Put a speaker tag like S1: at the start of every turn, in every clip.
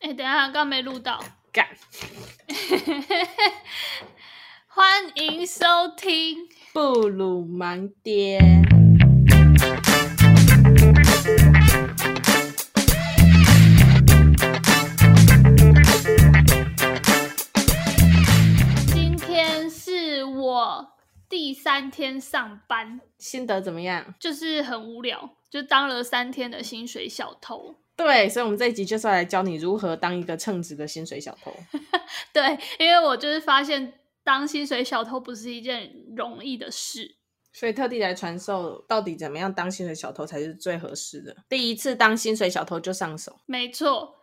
S1: 哎、等一下，刚没录到。
S2: 干，
S1: 欢迎收听，
S2: 布鲁盲爹。
S1: 今天是我第三天上班，
S2: 心得怎么样？
S1: 就是很无聊，就当了三天的薪水小偷。
S2: 对，所以我们这一集就是要来教你如何当一个称职的薪水小偷。
S1: 对，因为我就是发现当薪水小偷不是一件容易的事。
S2: 所以特地来传授到底怎么样当薪水小偷才是最合适的。第一次当薪水小偷就上手，
S1: 没错。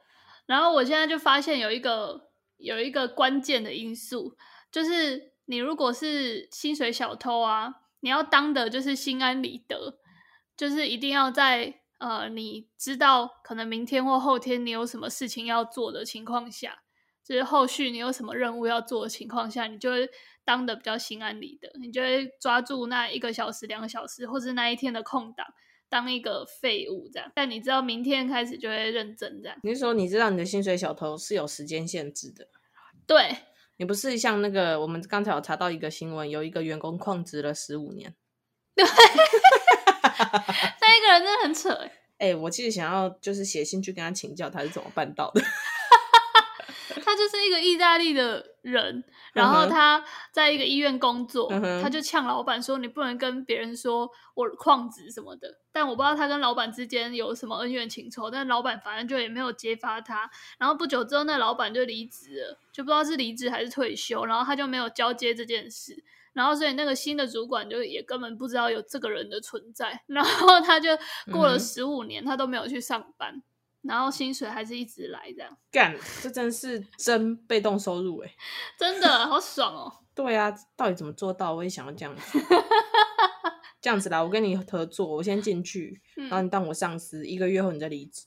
S1: 然后我现在就发现有一个有一个关键的因素，就是你如果是薪水小偷啊，你要当的就是心安理得，就是一定要在呃你知道可能明天或后天你有什么事情要做的情况下，就是后续你有什么任务要做的情况下，你就会当的比较心安理得，你就会抓住那一个小时、两个小时，或是那一天的空档。当一个废物这样，但你知道明天开始就会认真这样。
S2: 你是说你知道你的薪水小偷是有时间限制的？
S1: 对，
S2: 你不是像那个我们刚才有查到一个新闻，有一个员工旷职了十五年。
S1: 那一个人真的很扯欸，
S2: 哎、我其实想要就是写信去跟他请教他是怎么办到的。
S1: 他就是一个意大利的人，然后
S2: 嗯哼
S1: 他在一个医院工作，
S2: 嗯哼
S1: 他就呛老板说：“你不能跟别人说我旷职什么的。”但我不知道他跟老板之间有什么恩怨情仇，但老板反正就也没有揭发他。然后不久之后，那老板就离职了，就不知道是离职还是退休，然后他就没有交接这件事。然后所以那个新的主管就也根本不知道有这个人的存在，然后他就过
S2: 嗯
S1: 了
S2: 哼
S1: 十五年，他都没有去上班，然后薪水还是一直来这样。
S2: 干，这真是真被动收入哎、
S1: 真的好爽哦！
S2: 对啊，到底怎么做到？我也想要这 样子。这样子啦，我跟你合作，我先进去，然后
S1: 嗯，
S2: 你当我上司，一个月后你再离职。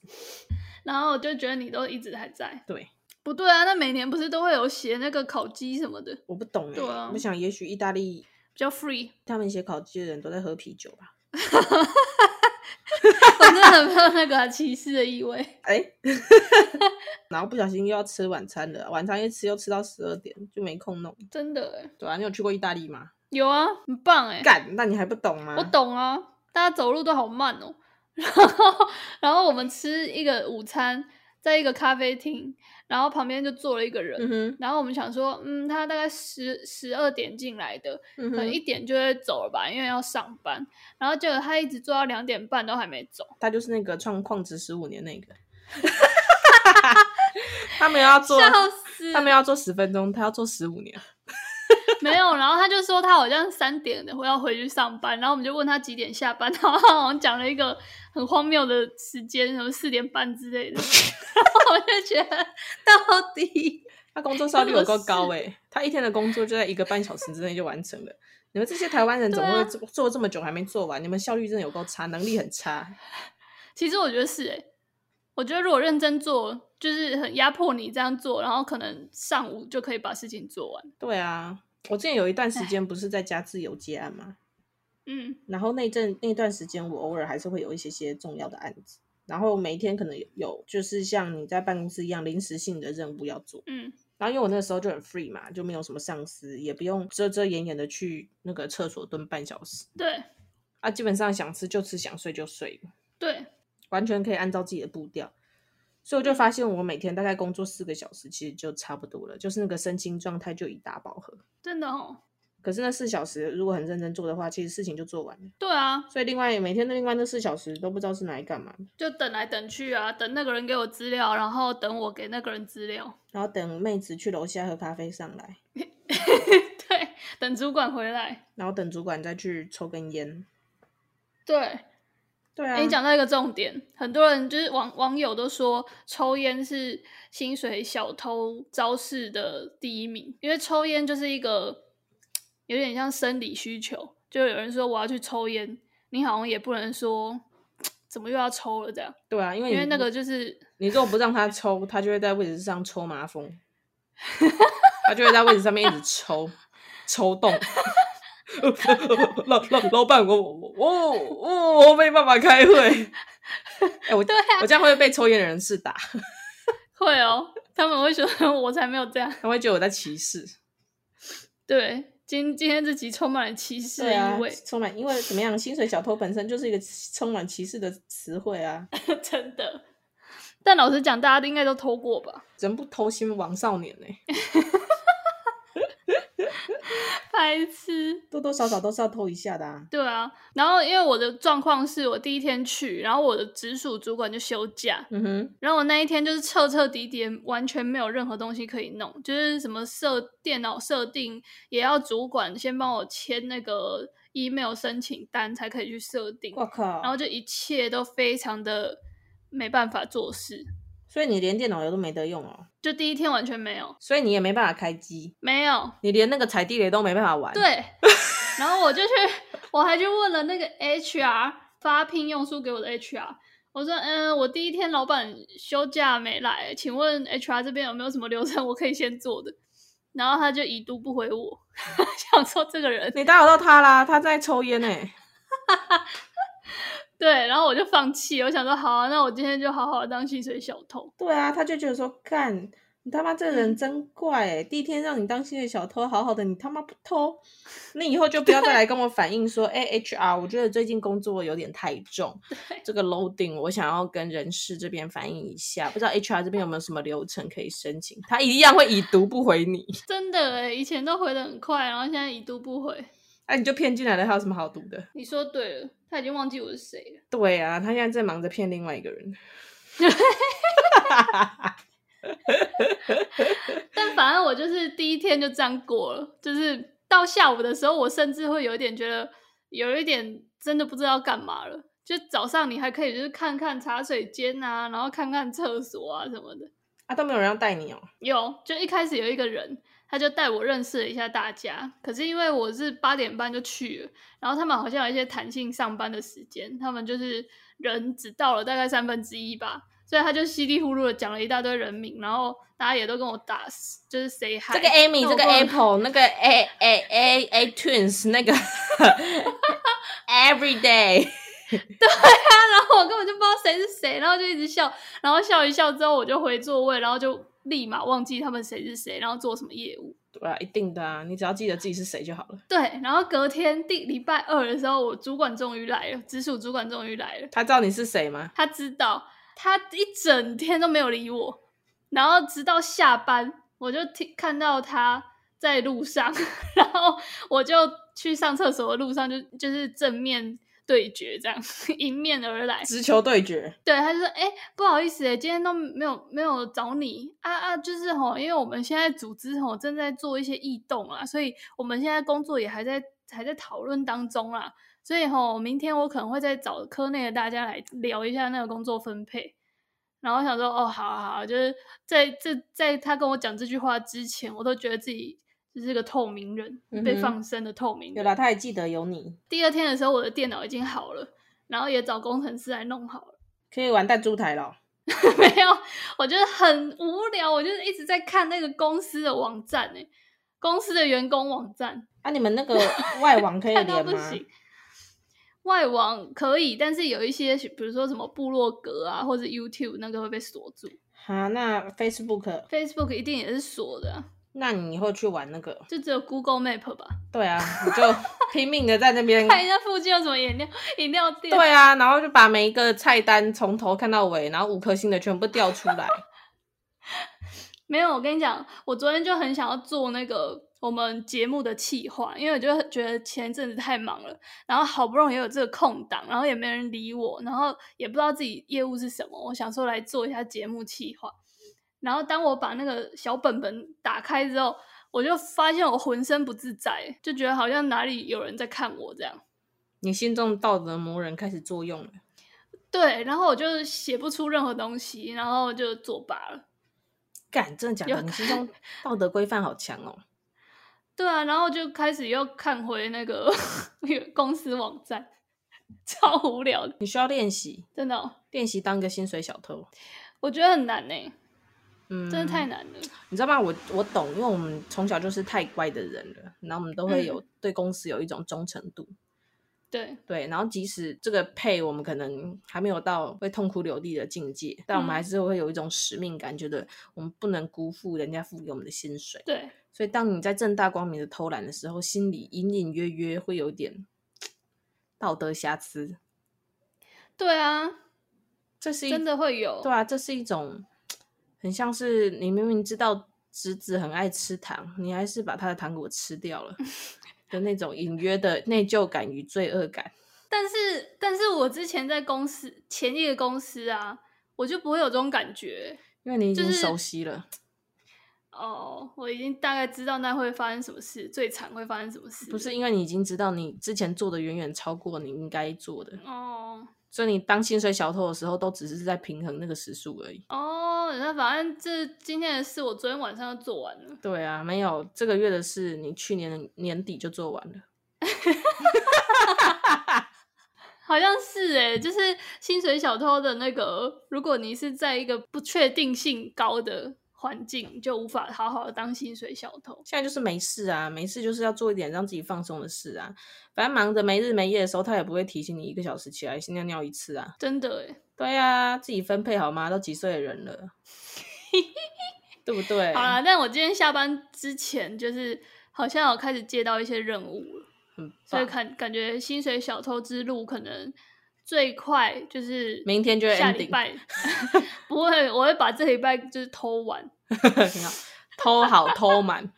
S1: 然后我就觉得你都一直还在，
S2: 对，
S1: 不对啊？那每年不是都会有写那个烤鸡什么的，比
S2: 我不懂哎、
S1: 对啊
S2: 我想也许意大利
S1: 较 free，
S2: 他们写烤鸡的人都在喝啤酒吧？
S1: 我真的很没有那个啊、歧视的意味。
S2: 哎、 然后不小心又要吃晚餐了，晚餐一吃又吃到十二点，就没空弄。
S1: 真的哎，
S2: 对啊，你有去过意大利吗？
S1: 有啊，很棒哎，
S2: 干，那你还不懂吗？
S1: 我。懂啊，大家走路都好慢哦。 然后，然后我们吃一个午餐，在一个咖啡厅，然后旁边就坐了一个人，
S2: 嗯哼，
S1: 然后我们想说，嗯，他大概十十二点进来的，
S2: 嗯
S1: 可能
S2: 哼，
S1: 一点就会走了吧，因为要上班。然后结果他一直做到两点半都还没走，
S2: 他就是那个创矿职十五年 那个。他们要做，
S1: 笑死！
S2: 他们要做十分钟，他要做十五年。
S1: 没有，然后他就说他好像三点的会要回去上班，然后我们就问他几点下班，然 后他好像讲了一个很荒谬的时间，什么四点半之类的。 然后我就觉得 到底
S2: 他工作效率有够高
S1: 是
S2: 诶、他一天的工作就在一个半小时之内就完成了。你们这些台湾人怎么
S1: 对
S2: 会
S1: 啊
S2: 做做这么久还没做完？你们效率真的有够差，能力很差。
S1: 其实我觉得是诶、欸我觉得如果认真做，就是很压迫你这样做，然后可能上午就可以把事情做完。
S2: 对啊，我之前有一段时间不是在家自由接案吗？
S1: 嗯，
S2: 然后那一阵那一段时间，我偶尔还是会有一些些重要的案子，然后每一天可能有有就是像你在办公室一样临时性的任务要做。
S1: 嗯，
S2: 然后因为我那时候就很 free 嘛，就没有什么上司，也不用遮遮掩掩的去那个厕所蹲半小时
S1: 对
S2: 啊，基本上想吃就吃，想睡就睡，
S1: 对，
S2: 完全可以按照自己的步调。所以我就发现，我每天大概工作四个小时，其实就差不多了，就是那个身心状态就已达饱和。
S1: 真的哦，
S2: 可是那四小时如果很认真做的话，其实事情就做完了。
S1: 对啊，
S2: 所以另外每天的另外那四小时都不知道是拿来干嘛的，
S1: 就等来等去啊，等那个人给我资料，然后等我给那个人资料，
S2: 然后等妹子去楼下喝咖啡上来，
S1: 对，等主管回来，
S2: 然后等主管再去抽根烟。
S1: 对。
S2: 对啊，
S1: 欸你讲到一个重点，很多人就是网网友都说抽烟是薪水小偷招式的第一名，因为抽烟就是一个有点像生理需求，就有人说我要去抽烟，你好像也不能说怎么又要抽了这样，
S2: 对啊，因为
S1: 因为
S2: 你
S1: 那个就是
S2: 你如果不让他抽，他就会在位置上抽麻风，他就会在位置上面一直抽抽动。老老老板，我我我我我没办法开会。哎、我
S1: 对啊
S2: 我这样会不会被抽烟的人士打？
S1: 会哦，他们会觉得 我才没有这样。
S2: 他会觉得我在歧视。
S1: 对，今今天这集充满了歧视的
S2: 对啊
S1: 意味，，
S2: 充满因为怎么样，薪水小偷本身就是一个充满歧视的词汇啊！
S1: 真的。但老实讲，大家应该都偷过吧？
S2: 人不偷心枉少年呢、
S1: 白痴。
S2: 多多少少都是要偷一下的啊。
S1: 对啊，然后因为我的状况是我第一天去，然后我的直属主管就休假，
S2: 嗯哼，
S1: 然后我那一天就是彻彻底底地完全没有任何东西可以弄，就是什么设电脑设定也要主管先帮我签那个 email 申请单才可以去设定，
S2: 我靠！
S1: 然后就一切都非常的没办法做事，
S2: 所以你连电脑油都没得用哦，
S1: 就第一天完全没有，
S2: 所以你也没办法开机，
S1: 没有，
S2: 你连那个踩地雷都没办法玩。，
S1: 对， 然后我就去，我还去问了那个 HR 发聘用书给我的 HR，我说，嗯，我第一天老板休假没来，请问 HR 这边有没有什么流程我可以先做的？然后他就已读不回我， 想说这个人
S2: 你打扰到他啦，他在抽烟欸呢、
S1: 对，然后我就放弃，我想说好啊，那我今天就好好当薪水小偷。
S2: 对啊，他就觉得说，干你他妈这人真怪、欸，第一天让你当心的小偷，好好的你他妈不 偷，你以后就不要再来跟我反映说，哎、h r 我觉得最近工作有点太重，这个 loading 我想要跟人事这边反映一下，不知道 HR 这边有没有什么流程可以申请，他一样会已读不回 你，
S1: 真的诶，以前都回的很快，然后现在已读不回。
S2: 哎、你就骗进来了，他有什么好读的？
S1: 你说对了，他已经忘记我是谁了。
S2: 对啊，他现在在忙着骗另外一个人，
S1: 但反正我就是第一天就这样过了，就是到下午的时候，我甚至会有一点觉得有一点真的不知道干嘛了。就早上你还可以就是看看茶水间啊，然后看看厕所啊什么的。
S2: 啊都没有人要带你哦、
S1: 有，就一开始有一个人，他就带我认识了一下大家。可是因为我是八点半就去了，然后他们好像有一些弹性上班的时间，他们就是人只到了大概三分之一吧，所以他就稀里糊涂的讲了一大堆人名，然后大家也都跟我打，就是 say hi。
S2: 这个 Amy，
S1: 那
S2: 这
S1: 我
S2: 个
S1: 忘了
S2: Apple，那个 A A A A Twins，那个 Every Day，
S1: 然后我根本就不知道谁是谁，然后就一直笑，然后笑一笑之后我就回座位，然后就立马忘记他们谁是谁，然后做什么业务。
S2: 对啊，一定的啊，你只要记得自己是谁就好了。
S1: 对，然后隔天第礼拜二的时候，我主管终于来了，直属主管终于来了，
S2: 他知道你是谁吗？
S1: 他知道，他一整天都没有理我，然后直到下班，我就听看到他在路上， 然后我就去上厕所的路上就就是正面对决这样，迎面而来，
S2: 直球对决，
S1: 对，他就说：“哎、不好意思、欸，今天都没有没有找你啊啊，就是吼，因为我们现在组织吼正在做一些异动啊，所以我们现在工作也还在还在讨论当中啦，所以吼，明天我可能会再找科内的大家来聊一下那个工作分配。”然后我想说：“哦，好啊好啊，就是在这在他跟我讲这句话之前，我都觉得自己就是个透明人，被
S2: 嗯哼
S1: 放生的透明
S2: 有
S1: 人。
S2: 啦，他也记得有你，
S1: 第二天的时候，我的电脑已经好了，然后也找工程师来弄好了。
S2: 可以玩弹珠台了。
S1: 没有，我觉得很无聊，我就是一直在看那个公司的网站诶、公司的员工网站，
S2: 啊，你们 那个外网可以
S1: 看到
S2: 连
S1: 不
S2: 吗？
S1: 行。外网可以，但是有一些，比如说什么部落格啊，或者 YouTube 那个会被锁住
S2: 啊，那 Facebook，
S1: ，Facebook 一定也是锁的啊、
S2: 那你以后去玩那个？
S1: 就只有 Google Map 吧，
S2: 对啊，你就拼命的在那边。
S1: 看一下附近有什么饮料饮料店。
S2: 对啊，然后就把每一个菜单从头看到尾，然后五颗星的全部调出来。
S1: 没有，我跟你讲，我昨天就很想要做那个我们节目的企划，因为我就很觉得前一阵子太忙了，然后好不容易有这个空档，然后也没人理我，然后也不知道自己业务是什么，我想说来做一下节目企划。然后当我把那个小本本打开之后，我就发现我浑身不自在，就觉得好像哪里有人在看我这样。
S2: 你心中道德魔人开始作用了。
S1: 对，然后我就写不出任何东西，然后就作罢了。
S2: 干，真的假的？
S1: 有
S2: 你心中道德规范好强哦！
S1: 对啊，然后就开始又看回那个 公司网站，超无聊的，
S2: 你需要练习，
S1: 真的哦、
S2: 练习当一个薪水小偷。
S1: 我觉得很难呢、
S2: 嗯，
S1: 真的太难了。
S2: 你知道吗？我我懂，因为我
S1: 嗯
S2: 们从小就是太乖的人了，然后我们都会有、对公司有一种忠诚度。
S1: 对，
S2: 对，然后即使这个配我们可能还没有到会痛哭流涕的境界，但我们还
S1: 嗯
S2: 是会有一种使命感，觉得我们不能辜负人家付给我们的薪水。
S1: 对，
S2: 所以，当你在正大光明的偷懒的时候，心里隐隐约约会有点道德瑕疵，
S1: 对啊，
S2: 这是一
S1: 真的会有。
S2: 对啊，这是一种很像是你明明知道侄子很爱吃糖，你还是把他的糖果吃掉 了的那种隐约的内疚感与罪恶感。
S1: 但是，但是我之前在公司前一个公司啊，我就不会有这种感觉。
S2: 因为你已
S1: 就
S2: 经
S1: 是
S2: 熟悉了，
S1: 哦，我已经大概知道那会发生什么事，最惨会发生什么事了。
S2: 不是因为你已经知道你之前做的远远超过你应该做的，
S1: 哦
S2: 所以你当薪水小偷的时候，都只是在平衡那个时数而已。
S1: 哦，那反正这今天的事我昨天晚上就做完了。
S2: 对啊，没有这个月的事，你去年年底就做完了。
S1: 好像是诶、就是薪水小偷的那个，如果你是在一个不确定性高的环境，就无法好好的当薪水小偷。
S2: 现在就是没事啊，没事就是要做一点让自己放松的事啊。反正忙着没日没夜的时候，他也不会提醒你一个小时起来尿尿一次啊。
S1: 真的诶、欸
S2: 对啊，自己分配好吗？都几岁的人了， 对不对？
S1: 好啦，但我今天下班之前，就是好像有开始接到一些任务了，
S2: 嗯很
S1: 所以
S2: 棒。
S1: 感感觉薪水小偷之路可能最快就是
S2: 明天就会
S1: 下礼
S2: ending，
S1: 拜， 不会，我会把这礼拜就是偷完。
S2: 挺好。偷好偷满，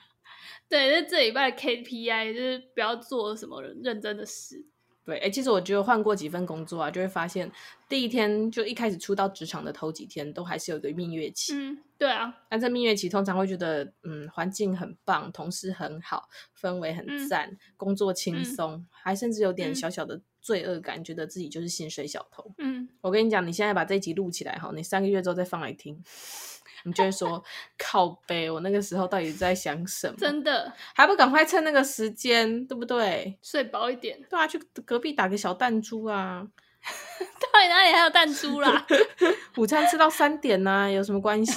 S1: 对，就是这礼拜的 KPI 就是不要做什么认真的事。
S2: 对，哎、其实我觉得换过几份工作啊，就会发现第一天就一开始初到职场的头几天，都还是有一个蜜月期。
S1: 嗯，对啊，
S2: 那在蜜月期通常会觉得，嗯，环境很棒，同事很好，氛围很
S1: 嗯
S2: 赞，工作轻
S1: 嗯
S2: 松，还甚至有点
S1: 嗯
S2: 小小的罪恶感，觉得自己就是薪水小偷。
S1: 嗯，
S2: 我跟你讲，你现在把这一集录起来哈，你三个月之后再放来听，你就会说 靠背，我那个时候到底在想什么？
S1: 真的
S2: 还不赶快趁那个时间，对不对？
S1: 睡饱一点。
S2: 对啊，去隔壁打个小弹珠啊，
S1: 到底哪里还有弹珠 啦？
S2: 午餐吃到三点呐、有什么关系？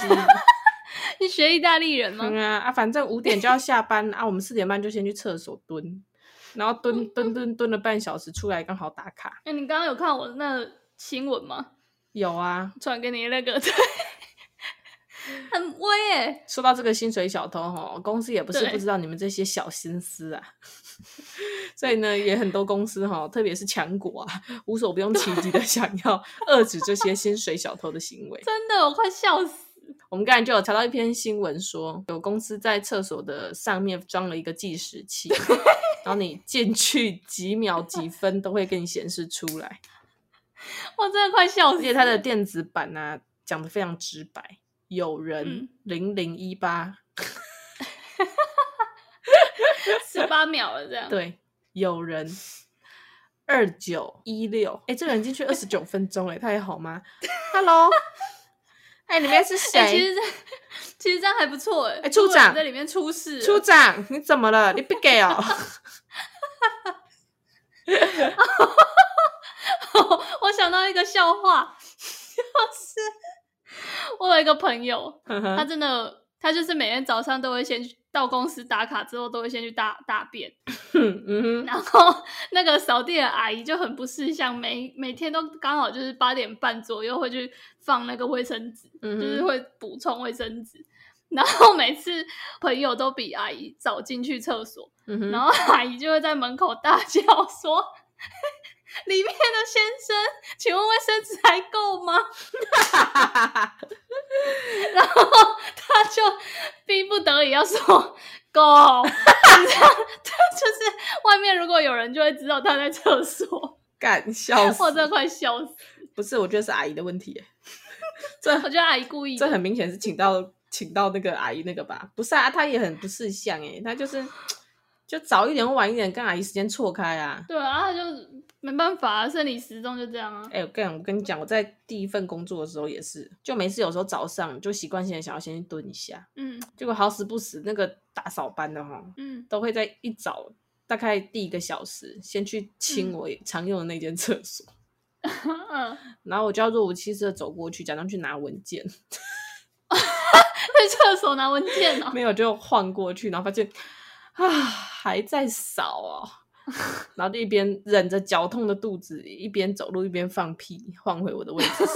S1: 你学意大利人吗
S2: 嗯？啊啊，反正五点就要下班啊，我们四点半就先去厕所蹲，然后蹲蹲蹲蹲了半小时，出来刚好打卡。
S1: 那、哎你刚刚有看我那个新闻吗？
S2: 有啊，
S1: 传给你那 个，对，很威耶、
S2: 说到这个薪水小偷哈，公司也不是
S1: 对
S2: 不知道你们这些小心思啊，所以呢，也很多公司哈，特别是强国啊，无所不用其极的 想要遏制这些薪水小偷的行为。
S1: 真的，我快笑死。
S2: 我们刚才就有查到一篇新闻说，有公司在厕所的上面装了一个计时器，然后你进去几秒几分都会给你显示出来。
S1: 我真的快笑死了。
S2: 而且它的电子版呢、讲的非常直白，有人
S1: 嗯
S2: 零零一八，
S1: 十八秒了，这样。，
S2: 对，有人二九一六，哎，这个人进去二十九分钟、诶哎，他还好吗 ？Hello，哎、里面是谁？
S1: 哎、其实这其实这样还不错哎、
S2: 哎处
S1: 如果有人
S2: 长
S1: 在里面出事了，
S2: 处长，你怎么了？你不给哦？
S1: 我想到一个笑话， 就是我有一个朋友，
S2: 呵
S1: 他
S2: 呵
S1: 真的他就是每天早上都会先去到公司打卡，之后都会先去大大便，
S2: 嗯哼，
S1: 然后 那个扫地的阿姨就很不识相，每每天都刚好就是八点半左右会去放那个卫生纸，
S2: 嗯
S1: 就是
S2: 哼
S1: 会补充卫生纸。然后每次朋友都比阿姨早进去厕所，
S2: 嗯哼，
S1: 然后阿姨就会在门口大叫说：“里面的先生，请问卫生纸还够吗？” 然后他就逼不得已要说够， 你知道他就是外面如果有人就会知道他在厕所，
S2: 干笑死
S1: 我！真的快笑 死！
S2: 不是，我觉得是阿姨的问题、诶
S1: 我觉得阿姨故意的
S2: 这很明显是请到请到那个阿姨那个吧？不是啊，她也很不识相哎、她就是就早一点晚一点跟阿姨时间错开啊。
S1: 对啊，他就没办法、啊，生理时钟就这样啊。
S2: 哎、我跟我跟你讲，我在第一份工作的时候也是，就每次有时候早上就习惯性的想要先去蹲一下，
S1: 嗯
S2: 结果好死不死那个打扫班的哈，
S1: 嗯，
S2: 都会在一早大概第一个小时先去
S1: 嗯
S2: 清我常用的那间厕所，
S1: 嗯，
S2: 然后我就要若无其事的走过去，假装去拿文件，
S1: 在厕所拿文件哦。
S2: 没有就晃过去，然后发现啊还在扫哦，然后就一边忍着绞痛的肚子，一边走路一边放屁，晃回我的位置上，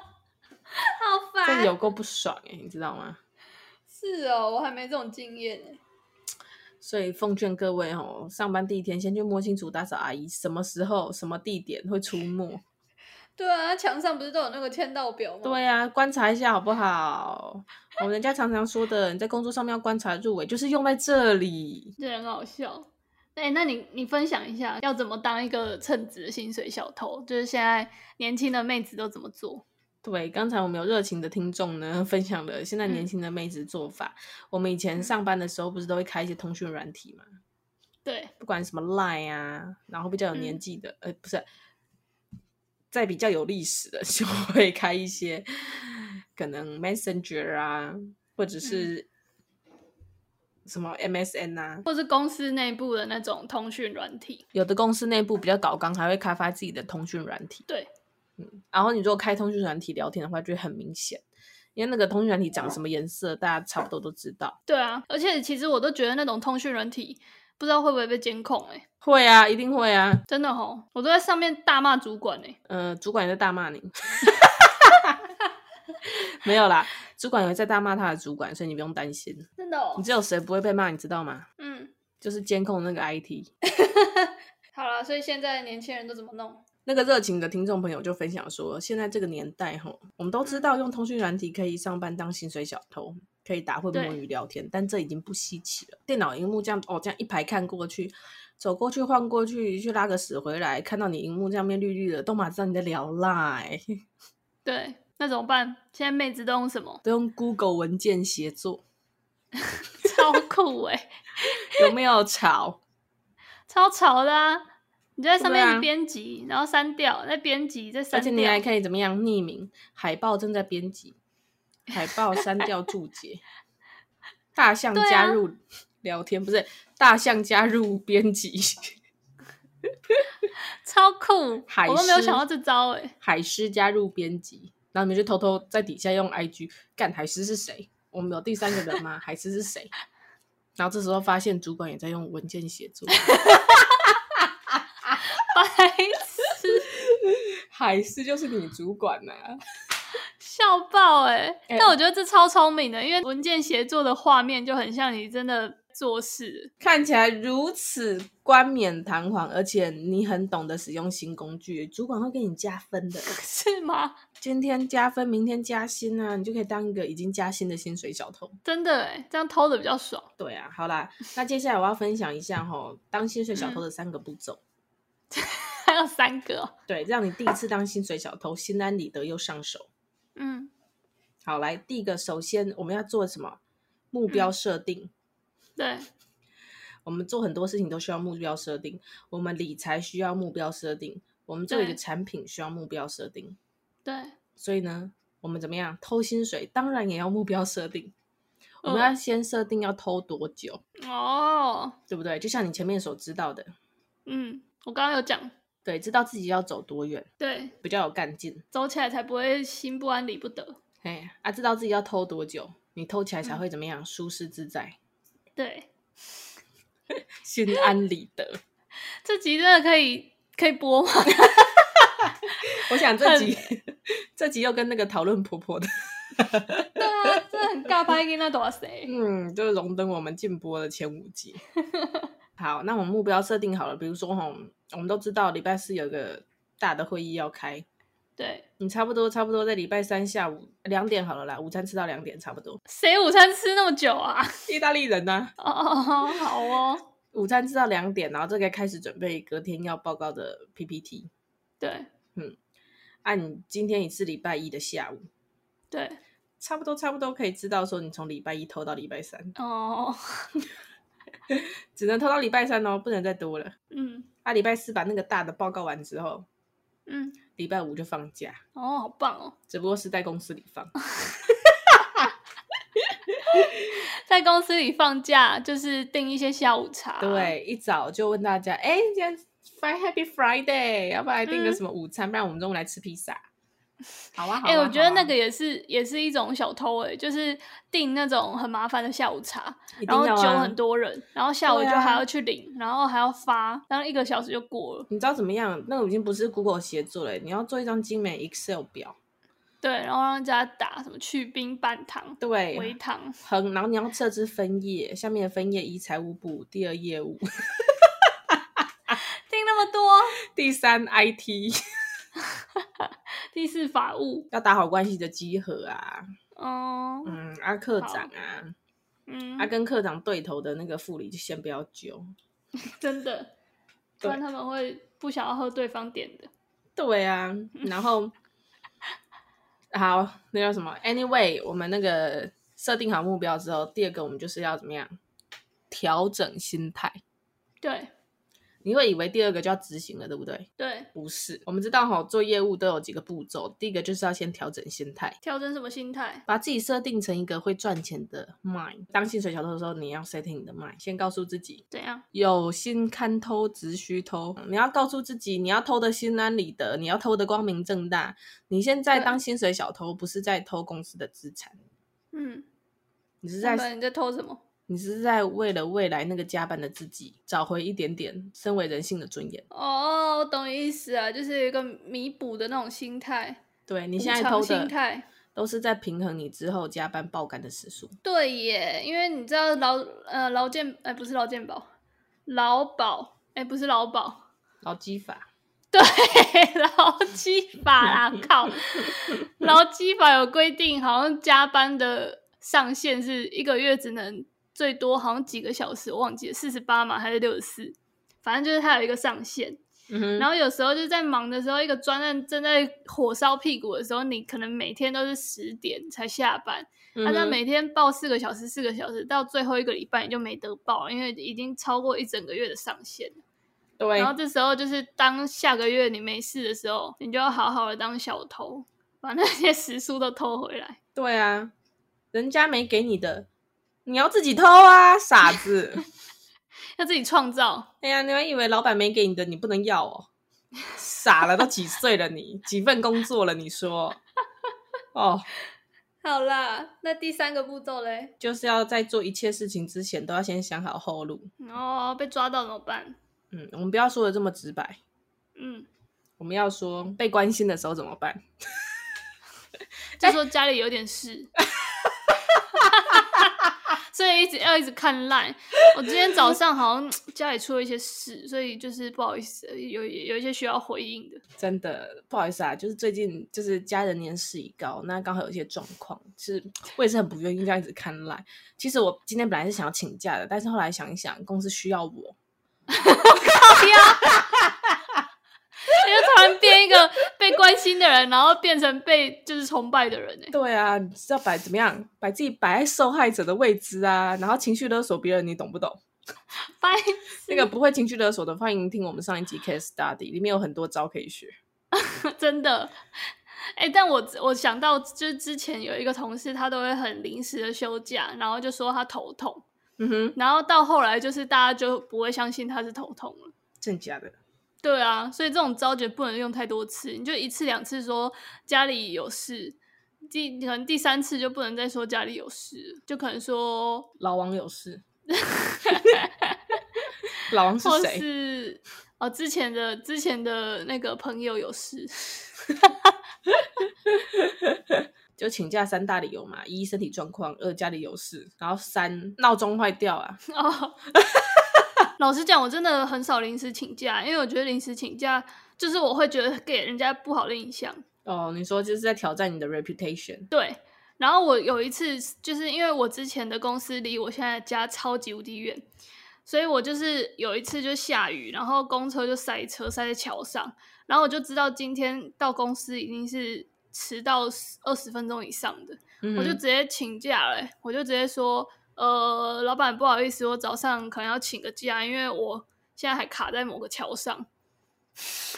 S1: 好
S2: 这
S1: 烦。
S2: 有够不爽哎、你知道吗？
S1: 是哦，我还没这种经验呢。
S2: 所以奉劝各位哦，上班第一天先去摸清楚打扫阿姨什么时候、什么地点会出没。
S1: 对啊，墙上不是都有那个签到表吗？
S2: 对啊，观察一下好不好？我们人家常常说的，你在工作上面要观察入微，就是用在这里。
S1: 这很好笑。哎、那你你分享一下，要怎么当一个称职的薪水小偷？就是现在年轻的妹子都怎么做？
S2: 对，刚才我们有热情的听众呢， 分享了现在年
S1: 嗯
S2: 轻的妹子做法。我们以前
S1: 嗯
S2: 上班的时候，不是都会开一些通讯软体嘛，
S1: 对，
S2: 不管什么 Line 啊，然后比较有年
S1: 嗯
S2: 纪的，呃，不是，在比较有历史的 就会开一些可能 Messenger 啊，或
S1: 嗯
S2: 者是什么 MSN 啊，
S1: 或是公司内部的那种通讯软体。
S2: 有的公司内部比较搞纲，还会开发自己的通讯软体。
S1: 对，
S2: 嗯，然后你如果开通讯软体聊天的话，就会很明显，因为那个通讯软体长什么颜色，大家差不多都知道。
S1: 对啊，而且其实我都觉得那种通讯软体不知道会不会被监控、欸，
S2: 会啊，一定会啊。
S1: 真的吼，我都在上面大骂主管哎、
S2: 呃，主管也在大骂你， 没有啦，主管也会在大骂他的主管，所以你不用担心。
S1: 真的哦
S2: 你，知道谁不会被骂，你知道吗？
S1: 嗯，
S2: 就是监控那个 IT。
S1: 好啦，所以现在年轻人都怎么弄？
S2: 那个热情的听众朋友就分享说，现在这个年代吼，我们都知道用通讯软体可以上班当薪水小偷，可以打混摸
S1: 对
S2: 鱼聊天，但这已经不稀奇了。电脑荧幕这样哦，这样一排看过去，走过去晃过去，去拉个屎回来，看到你荧幕这样面绿绿的，都马知道你在聊赖、
S1: 对，那怎么办？现在妹子都用什么？
S2: 都用 Google 文件协作，
S1: 超酷哎、
S2: 有没有吵？
S1: 超吵的啊！你就在上面
S2: 对啊
S1: 一直编辑，然后删掉，再编辑，再
S2: 而
S1: 删
S2: 且你还
S1: 掉。
S2: 可以怎么样？匿名海报正在编辑，海报删掉注解，大象
S1: 对啊
S2: 加入聊天、不是大象加入编辑，
S1: 超酷！
S2: 海
S1: 我都没有
S2: 狮
S1: 想到这招 哎、
S2: 海狮加入编辑，然后你们就偷偷在底下用 IG 干海狮是谁？我们有第三个人吗？海狮是谁？然后这时候发现主管也在用文件写作，
S1: 白痴，
S2: 海狮就是你主管啊呐、
S1: 笑爆哎、
S2: 哎
S1: 但我觉得这超聪明的，因为文件协作的画面就很像你真的做事。
S2: 看起来如此冠冕堂皇，而且你很懂得使用新工具，主管会给你加分的。
S1: 是吗？
S2: 今天加分，明天加薪啊，你就可以当一个已经加薪的薪水小偷。
S1: 真的哎、这样偷的比较爽。
S2: 对啊，好啦，那接下来我要分享一下吼，当薪水小偷的三个步骤。
S1: 还有三个哦，
S2: 对，让你第一次当薪水小偷，心安理得又上手。
S1: 嗯，
S2: 好，来，第一个，首先我们要做什么？目标设定。
S1: 对，
S2: 我们做很多事情都需要目标设定，我们理财需要目标设定，我们做一个
S1: 对
S2: 产品需要目标设定。
S1: 对，
S2: 所以呢，我们怎么样偷薪水，当然也要目标设定。我
S1: 嗯
S2: 们要先设定要偷多久，
S1: 哦，
S2: 对不对？就像你前面所知道的，
S1: 嗯，我刚刚有讲，
S2: 对，知道自己要走多远，
S1: 对，
S2: 比较有干劲。
S1: 走起来才不会心不安理不得。
S2: 哎，啊，知道自己要偷多久，你偷起来才会怎么样，舒适自在，
S1: 对，
S2: 心安理得。
S1: 这集真的可以可以播吗？
S2: 我想这集 这集又跟那个讨论婆婆的，
S1: 对啊，这很尬拍给那多谁？
S2: 嗯，就是荣登我们禁播的前五集。好，那我们目标设定好了，比如说吼，我们都知道礼拜四有个大的会议要开，
S1: 对，
S2: 你差不多差不多在礼拜三下午两点好了啦，午餐吃到两点差不多。
S1: 谁午餐吃那么久啊？
S2: 意大利人呢、
S1: 哦
S2: 啊
S1: 哦，哦好哦，
S2: 午餐吃到两点，然后这个开始准备隔天要报告的 PPT。
S1: 对
S2: 按、你今天也是礼拜一的下午，
S1: 对
S2: 差不多差不多可以知道说你从礼拜一偷到礼拜三，
S1: 哦，
S2: 只能偷到礼拜三哦，不能再多了。
S1: 嗯
S2: 啊，礼拜四把那个大的报告完之后，
S1: 嗯，
S2: 礼拜五就放假，
S1: 哦，好棒哦，
S2: 只不过是在公司里放。
S1: 在公司里放假就是订一些下午茶，，哎
S2: 对，一早就问大家，哎、今天 Fri Happy Friday，要不要来订个
S1: 嗯
S2: 什么午餐？不然我们中午来吃披萨。 好啊，好啊。
S1: 哎、我觉得那个
S2: 好啊
S1: 也是也是一种小偷、哎，就是订那种很麻烦的下午茶，
S2: 一定
S1: 然后
S2: 要
S1: 揪
S2: 啊
S1: 很多人，然后下午
S2: 对
S1: 就
S2: 啊
S1: 还要去领，然后还要发，然后一个小时就过了。
S2: 你知道怎么样？那个已经不是 Google 协作了，你要做一张精美 Excel 表，
S1: 对，然后让大家打什么去冰半糖、微
S2: 对，啊
S1: 糖，
S2: 横，然后你要设置分页，下面的分页一财务部，第二业务，
S1: 订那么多， 啊
S2: 第三 IT，
S1: 第四法务，
S2: 要打好关系的集合啊，
S1: 哦，
S2: 嗯，啊课长啊，
S1: 嗯，
S2: 啊跟课长对头的那个副理就先不要揪，
S1: 真 的，不
S2: 对
S1: 然他们会不想要喝对方点的。
S2: 对啊，然后好，那叫什么？Anyway，我们那个设定好目标之后，第二个我们就是要怎么样调整心态。
S1: 对
S2: 你会以为第二个就要执行了，对不对？
S1: 对，
S2: 不是，我们知道哈、做业务都有几个步骤，第一个就是要先调整心态，
S1: 调整什么心态？
S2: 把自己设定成一个会赚钱的 mind。当薪水小偷的时候，你要 setting 你的 mind，先告诉自己。
S1: 怎样？
S2: 有心堪偷，直须偷。你要告诉自己，你要偷的心安理得，你要偷的光明正大。你现在
S1: 对
S2: 当薪水小偷，不是在偷公司的资产，
S1: 嗯，
S2: 你是
S1: 原
S2: 在
S1: 本你在偷什么？
S2: 你是在为了未来那个加班的自己，找回一点点身为人性的尊严。
S1: 哦，我懂你意思啊，就是有一个弥补的那种心态，
S2: 对你
S1: 补
S2: 现在
S1: 偿
S2: 偷
S1: 心
S2: 的，
S1: 态。
S2: 都是在平衡你之后加班爆肝的时数。
S1: 对耶，因为你知道劳呃劳健哎、不是劳健保，劳保哎、不是劳保，
S2: 劳基法，
S1: 对劳基法啦，靠，劳基法有规定，好像加班的上限是一个月只能最多好像几个小时，我忘记了四十八嘛还是六十四，反正就是它有一个上限。
S2: 嗯哼，
S1: 然后有时候就是在忙的时候，一个专案正在火烧屁股的时候，你可能每天都是十点才下班，
S2: 嗯
S1: 他、
S2: 哼
S1: 那每天报四个小时、四个小时，到最后一个礼拜你就没得报了，因为已经超过一整个月的上限了。
S2: 对
S1: 然后这时候就是当下个月你没事的时候，你就要好好的当小偷，把那些时数都偷回来。
S2: 对啊，人家没给你的，你要自己偷啊，傻子！
S1: 要自己创造，
S2: 哎呀，你们以为老板没给你的，你不能要哦？傻了，都几岁了你？几份工作了？你说哦，
S1: 好啦，那第三个步骤嘞？
S2: 就是要在做一切事情之前，都要先想好后路。
S1: 哦，被抓到怎么办？
S2: 嗯，我们不要说的这么直白，
S1: 嗯，
S2: 我们要说被关心的时候怎么办？
S1: 就说家里有点事， 所以一直要一直看烂。我今天早上好像家里出了一些事，所以就是不好意思，有有一些需要回应的。
S2: 真的不好意思啊，就是最近就是家人年事已高，那刚好有一些状况，是我也是很不愿意这样一直看来。其实我今天本来是想要请假的，但是后来想一想，公司需要我，
S1: 你就突然变一个被关心的人，然后变成被就是崇拜的人哎、
S2: 对啊，你知道摆怎么样，把自己摆在受害者的位置啊，然后情绪勒索别人，你懂不懂？
S1: 拜。
S2: 那个不会情绪勒索的，欢迎听我们上一集 case study，里面有很多招可以学。
S1: 真的。哎、但我我想到，就是之前有一个同事，他都会很临时的休假，然后就说他头痛，
S2: 嗯哼，
S1: 然后到后来就是大家就不会相信他是头痛了。
S2: 真假的？
S1: 对啊，所以这种招绝不能用太多次，你就一次两次说家里有事，第可能第三次就不能再说家里有事了，就可能说
S2: 老王有 事，老王是
S1: 或
S2: 谁？
S1: 是哦之前的之前的那个朋友有事，
S2: 就请假三大理由嘛：一身体状况，二家里有事，然后三闹钟坏掉啊。
S1: 哦， 老实讲，我真的很少临时请假，因为我觉得临时请假就是我会觉得给人家不好的印象。
S2: 哦，你说就是在挑战你的 reputation，
S1: 对，然后我有一次就是因为我之前的公司离我现在的家超级无敌远，所以我就是有一次就下雨，然后公车就塞车，塞在桥上，然后我就知道今天到公司已经是迟到二十分钟以上的，
S2: 嗯
S1: 我就
S2: 哼
S1: 直接请假了欸、我就直接说，呃，老板不好意思，我早上可能要请个假，因为我现在还卡在某个桥上。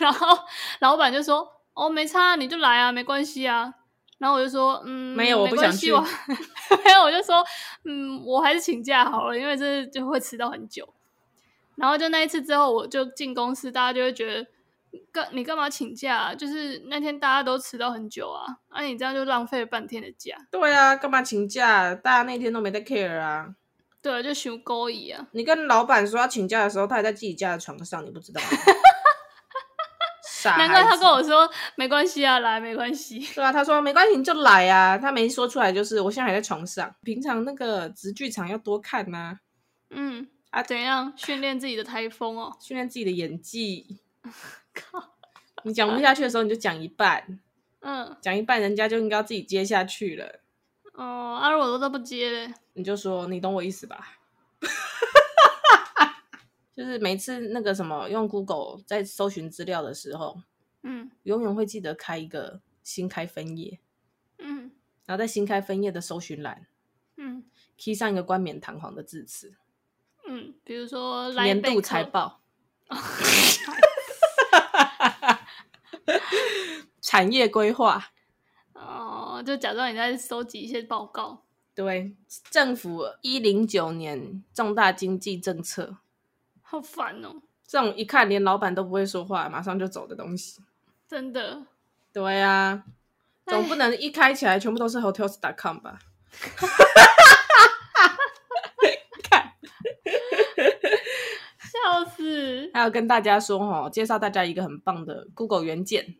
S1: 然后老板就说，哦，没差啊，你就来啊，没关系啊。然后我就说，嗯，
S2: 没有我
S1: 没
S2: 不
S1: 关
S2: 想
S1: 系
S2: 去
S1: 我 没有，我就说，嗯，我还是请假好了，因为这就会迟到很久。然后就那一次之后，我就进公司，大家就会觉得，干你干嘛请假、啊？就是那天大家都迟到很久啊，那、你这样就浪费了半天的假。
S2: 对啊，干嘛请假？大家那天都没在 care 啊。
S1: 对啊，就修勾一啊。
S2: 你跟老板说要请假的时候，他还在自己家的床上，你不知道吗？傻
S1: 难
S2: 孩子。
S1: 怪他跟我说没关系啊，来没关系。
S2: 对啊，他说没关系，你就来啊。他没说出来，就是我现在还在床上。平常那个直剧场要多看呐、
S1: 嗯
S2: 啊
S1: 怎样训练自己的台风哦？
S2: 训练自己的演技。
S1: 靠，
S2: 你讲不下去的时候，你就讲一半，
S1: 嗯
S2: 讲一半，人家就应该要自己接下去了。
S1: 哦，阿如我都都不接嘞。
S2: 你就说你懂我意思吧。 就是每次那个什么用 Google 在搜寻资料的时候，
S1: 嗯
S2: 永远会记得开一个新开分页，
S1: 嗯
S2: 然后在新开分页的搜寻栏
S1: 嗯
S2: key 上一个冠冕堂皇的字词，
S1: 嗯，比如说来
S2: 年度
S1: 贝克
S2: 财，报、产业规划，
S1: 哦，就假装你在收集一些报告。
S2: 对，政府一零九年重大经济政策，
S1: 好烦哦，
S2: 这种一看连老板都不会说话，马上就走的东西。
S1: 真的。
S2: 对啊，
S1: 唉
S2: 总不能一开起来全部都是 hotels.com 吧？
S1: 笑死！
S2: 还要跟大家说哦，介绍大家一个很棒的 Google 元件，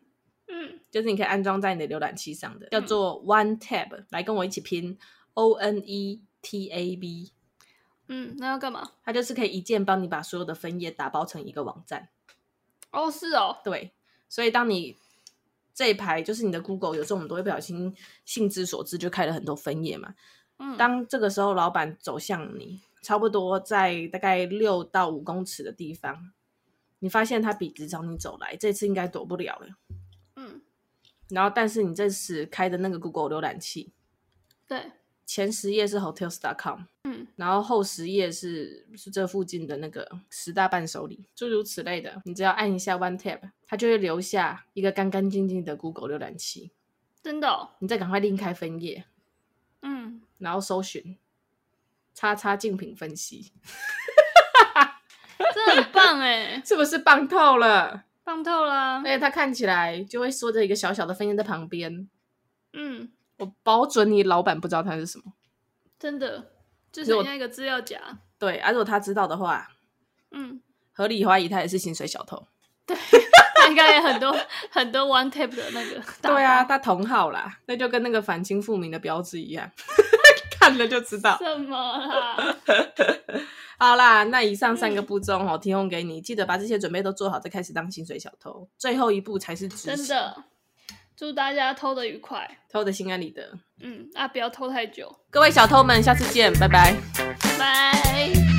S1: 嗯
S2: 就是你可以安装在你的浏览器上的，叫做 One Tab，来跟我一起拼 O N E T A B，
S1: 嗯，那要干嘛？
S2: 它就是可以一键帮你把所有的分页打包成一个网站。
S1: 哦，是哦，
S2: 对，所以当你这一排就是你的 Google 有时候我们都会不小心兴之所至就开了很多分页嘛。
S1: 嗯，
S2: 当这个时候老板走向你，差不多在大概六到五公尺的地方，你发现他笔直朝你走来，这次应该躲不了了。
S1: 嗯，
S2: 然后，但是你这次开的那个 Google 浏览器，
S1: 对，
S2: 前十页是 hotels.com，
S1: 嗯，
S2: 然后后十页是是这附近的那个十大伴手礼，诸如此类的。你只要按一下 One Tab，它就会留下一个干干净净的 Google 浏览器。
S1: 真的、哦，
S2: 你再赶快另开分页，
S1: 嗯，
S2: 然后搜寻“叉叉竞品分析 ，
S1: 这很棒哎”，
S2: 是不是棒透了？
S1: 棒透啊啦
S2: 而。且它看起来就会缩着一个小小的分页在旁边，
S1: 嗯，
S2: 我保准你老板不知道它是什么。
S1: 真的，就
S2: 可是
S1: 是
S2: 我
S1: 那个资料夹。
S2: 对，啊而、如果他知道的话，
S1: 嗯，
S2: 合理怀疑他也是薪水小偷。
S1: 他应该有很多很多 one tap 的那个打包。
S2: 对啊，他同号啦，那就跟那个反清复明的标志一样， 看了就知道。
S1: 什么啦？
S2: 好啦，那以上三个步骤哦，提供给你，记得把这些准备都做好，再开始当薪水小偷。最后一步才是执
S1: 真
S2: 行，
S1: 的，祝大家偷的愉快。
S2: 偷的心安理得。
S1: 嗯，啊，不要偷太久。
S2: 各位小偷们，下次见，拜拜。
S1: 拜。